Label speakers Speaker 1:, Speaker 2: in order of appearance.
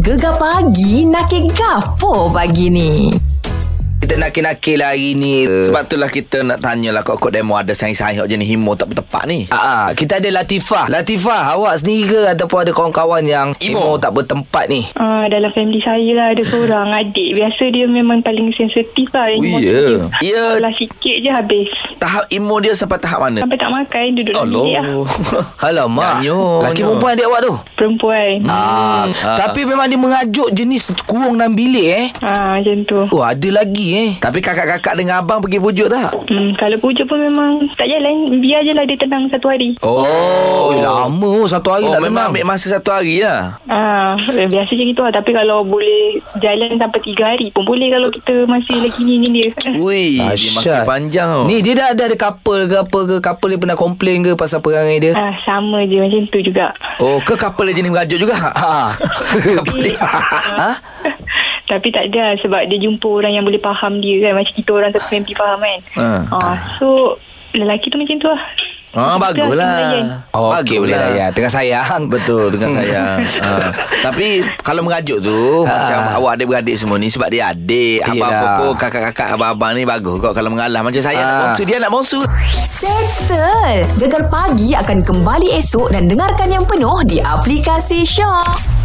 Speaker 1: Gegar pagi nak ke gapo pagi ni?
Speaker 2: Kita nak kinakil lah hari ni uh.
Speaker 3: Sebab itulah kita nak tanyalah kok-kok demo ada sains-sains jenis himo tak bertepat ni.
Speaker 2: Ah, ah, kita ada Latifah. Latifah, awak sendiri ke ataupun ada kawan-kawan yang emo,
Speaker 3: Emo.
Speaker 2: tak bertempat ni?
Speaker 4: Uh, dalam family saya lah ada seorang adik Biasa dia memang paling sensitif lah
Speaker 3: Oh,
Speaker 4: emosi
Speaker 3: ya.
Speaker 4: dia.
Speaker 3: Ya.
Speaker 4: Kalau sikit je habis
Speaker 3: Tahap imo dia sampai tahap mana?
Speaker 4: Sampai tak makan duduk dalam bilik lah
Speaker 3: Allah.
Speaker 2: Alamak,
Speaker 3: Nyanyo,
Speaker 2: laki
Speaker 3: nyanyo.
Speaker 2: perempuan adik awak tu?
Speaker 4: Perempuan
Speaker 2: Ah,
Speaker 3: ah.
Speaker 2: tapi memang dia mengajuk jenis kurung dalam bilik eh.
Speaker 4: Ah Macam tu
Speaker 2: Oh, ada lagi eh.
Speaker 3: Tapi kakak-kakak dengan abang pergi pujuk tak?
Speaker 4: hmm, Kalau pujuk pun memang Tak jalan Biar je lah dia tenang satu hari
Speaker 3: Oh,
Speaker 2: Oh, lama oh, satu hari
Speaker 3: Oh,
Speaker 2: tak
Speaker 3: memang
Speaker 2: tenang.
Speaker 3: ambil masa satu hari lah.
Speaker 4: Ah, eh, Biasa je gitu lah Tapi kalau boleh Jalan sampai tiga hari pun boleh Kalau kita masih lagi ni ni dia
Speaker 3: Ui, dia makin
Speaker 2: Dahsyat.
Speaker 3: panjang oh. tau.
Speaker 2: Ni dia dah ada, ada couple ke apa ke Couple dia pernah komplain ke Pasal perangai dia
Speaker 4: ah, Sama je macam tu juga
Speaker 3: Oh, ke couple dia jenis mengajuk juga?
Speaker 2: Ha.
Speaker 4: Tapi-
Speaker 2: ha?
Speaker 3: lah.
Speaker 4: Tapi tak ada lah sebab dia jumpa orang yang boleh faham dia kan. Macam kita orang satu family faham kan.
Speaker 3: Ah.
Speaker 4: Uh. so lelaki tu macam tu lah.
Speaker 3: Ah,
Speaker 4: Kita
Speaker 3: baguslah.
Speaker 4: kena layan.
Speaker 2: Oh,
Speaker 3: Bagus
Speaker 2: okay, boleh
Speaker 3: lah.
Speaker 2: lah ya. Tengah sayang Hmm.
Speaker 3: Betul dengan saya. ha. Tapi kalau mengajuk tu macam awak adik-beradik semua ni sebab dia adik, abang-abang
Speaker 2: Ah. Yelah.
Speaker 3: pun kakak-kakak abang-abang ni bagus kok kalau mengalah macam saya nak
Speaker 2: Ah.
Speaker 3: bongsu dia nak bongsu.
Speaker 1: Settle! Gegar pagi akan kembali esok dan dengarkan yang penuh di aplikasi Shock.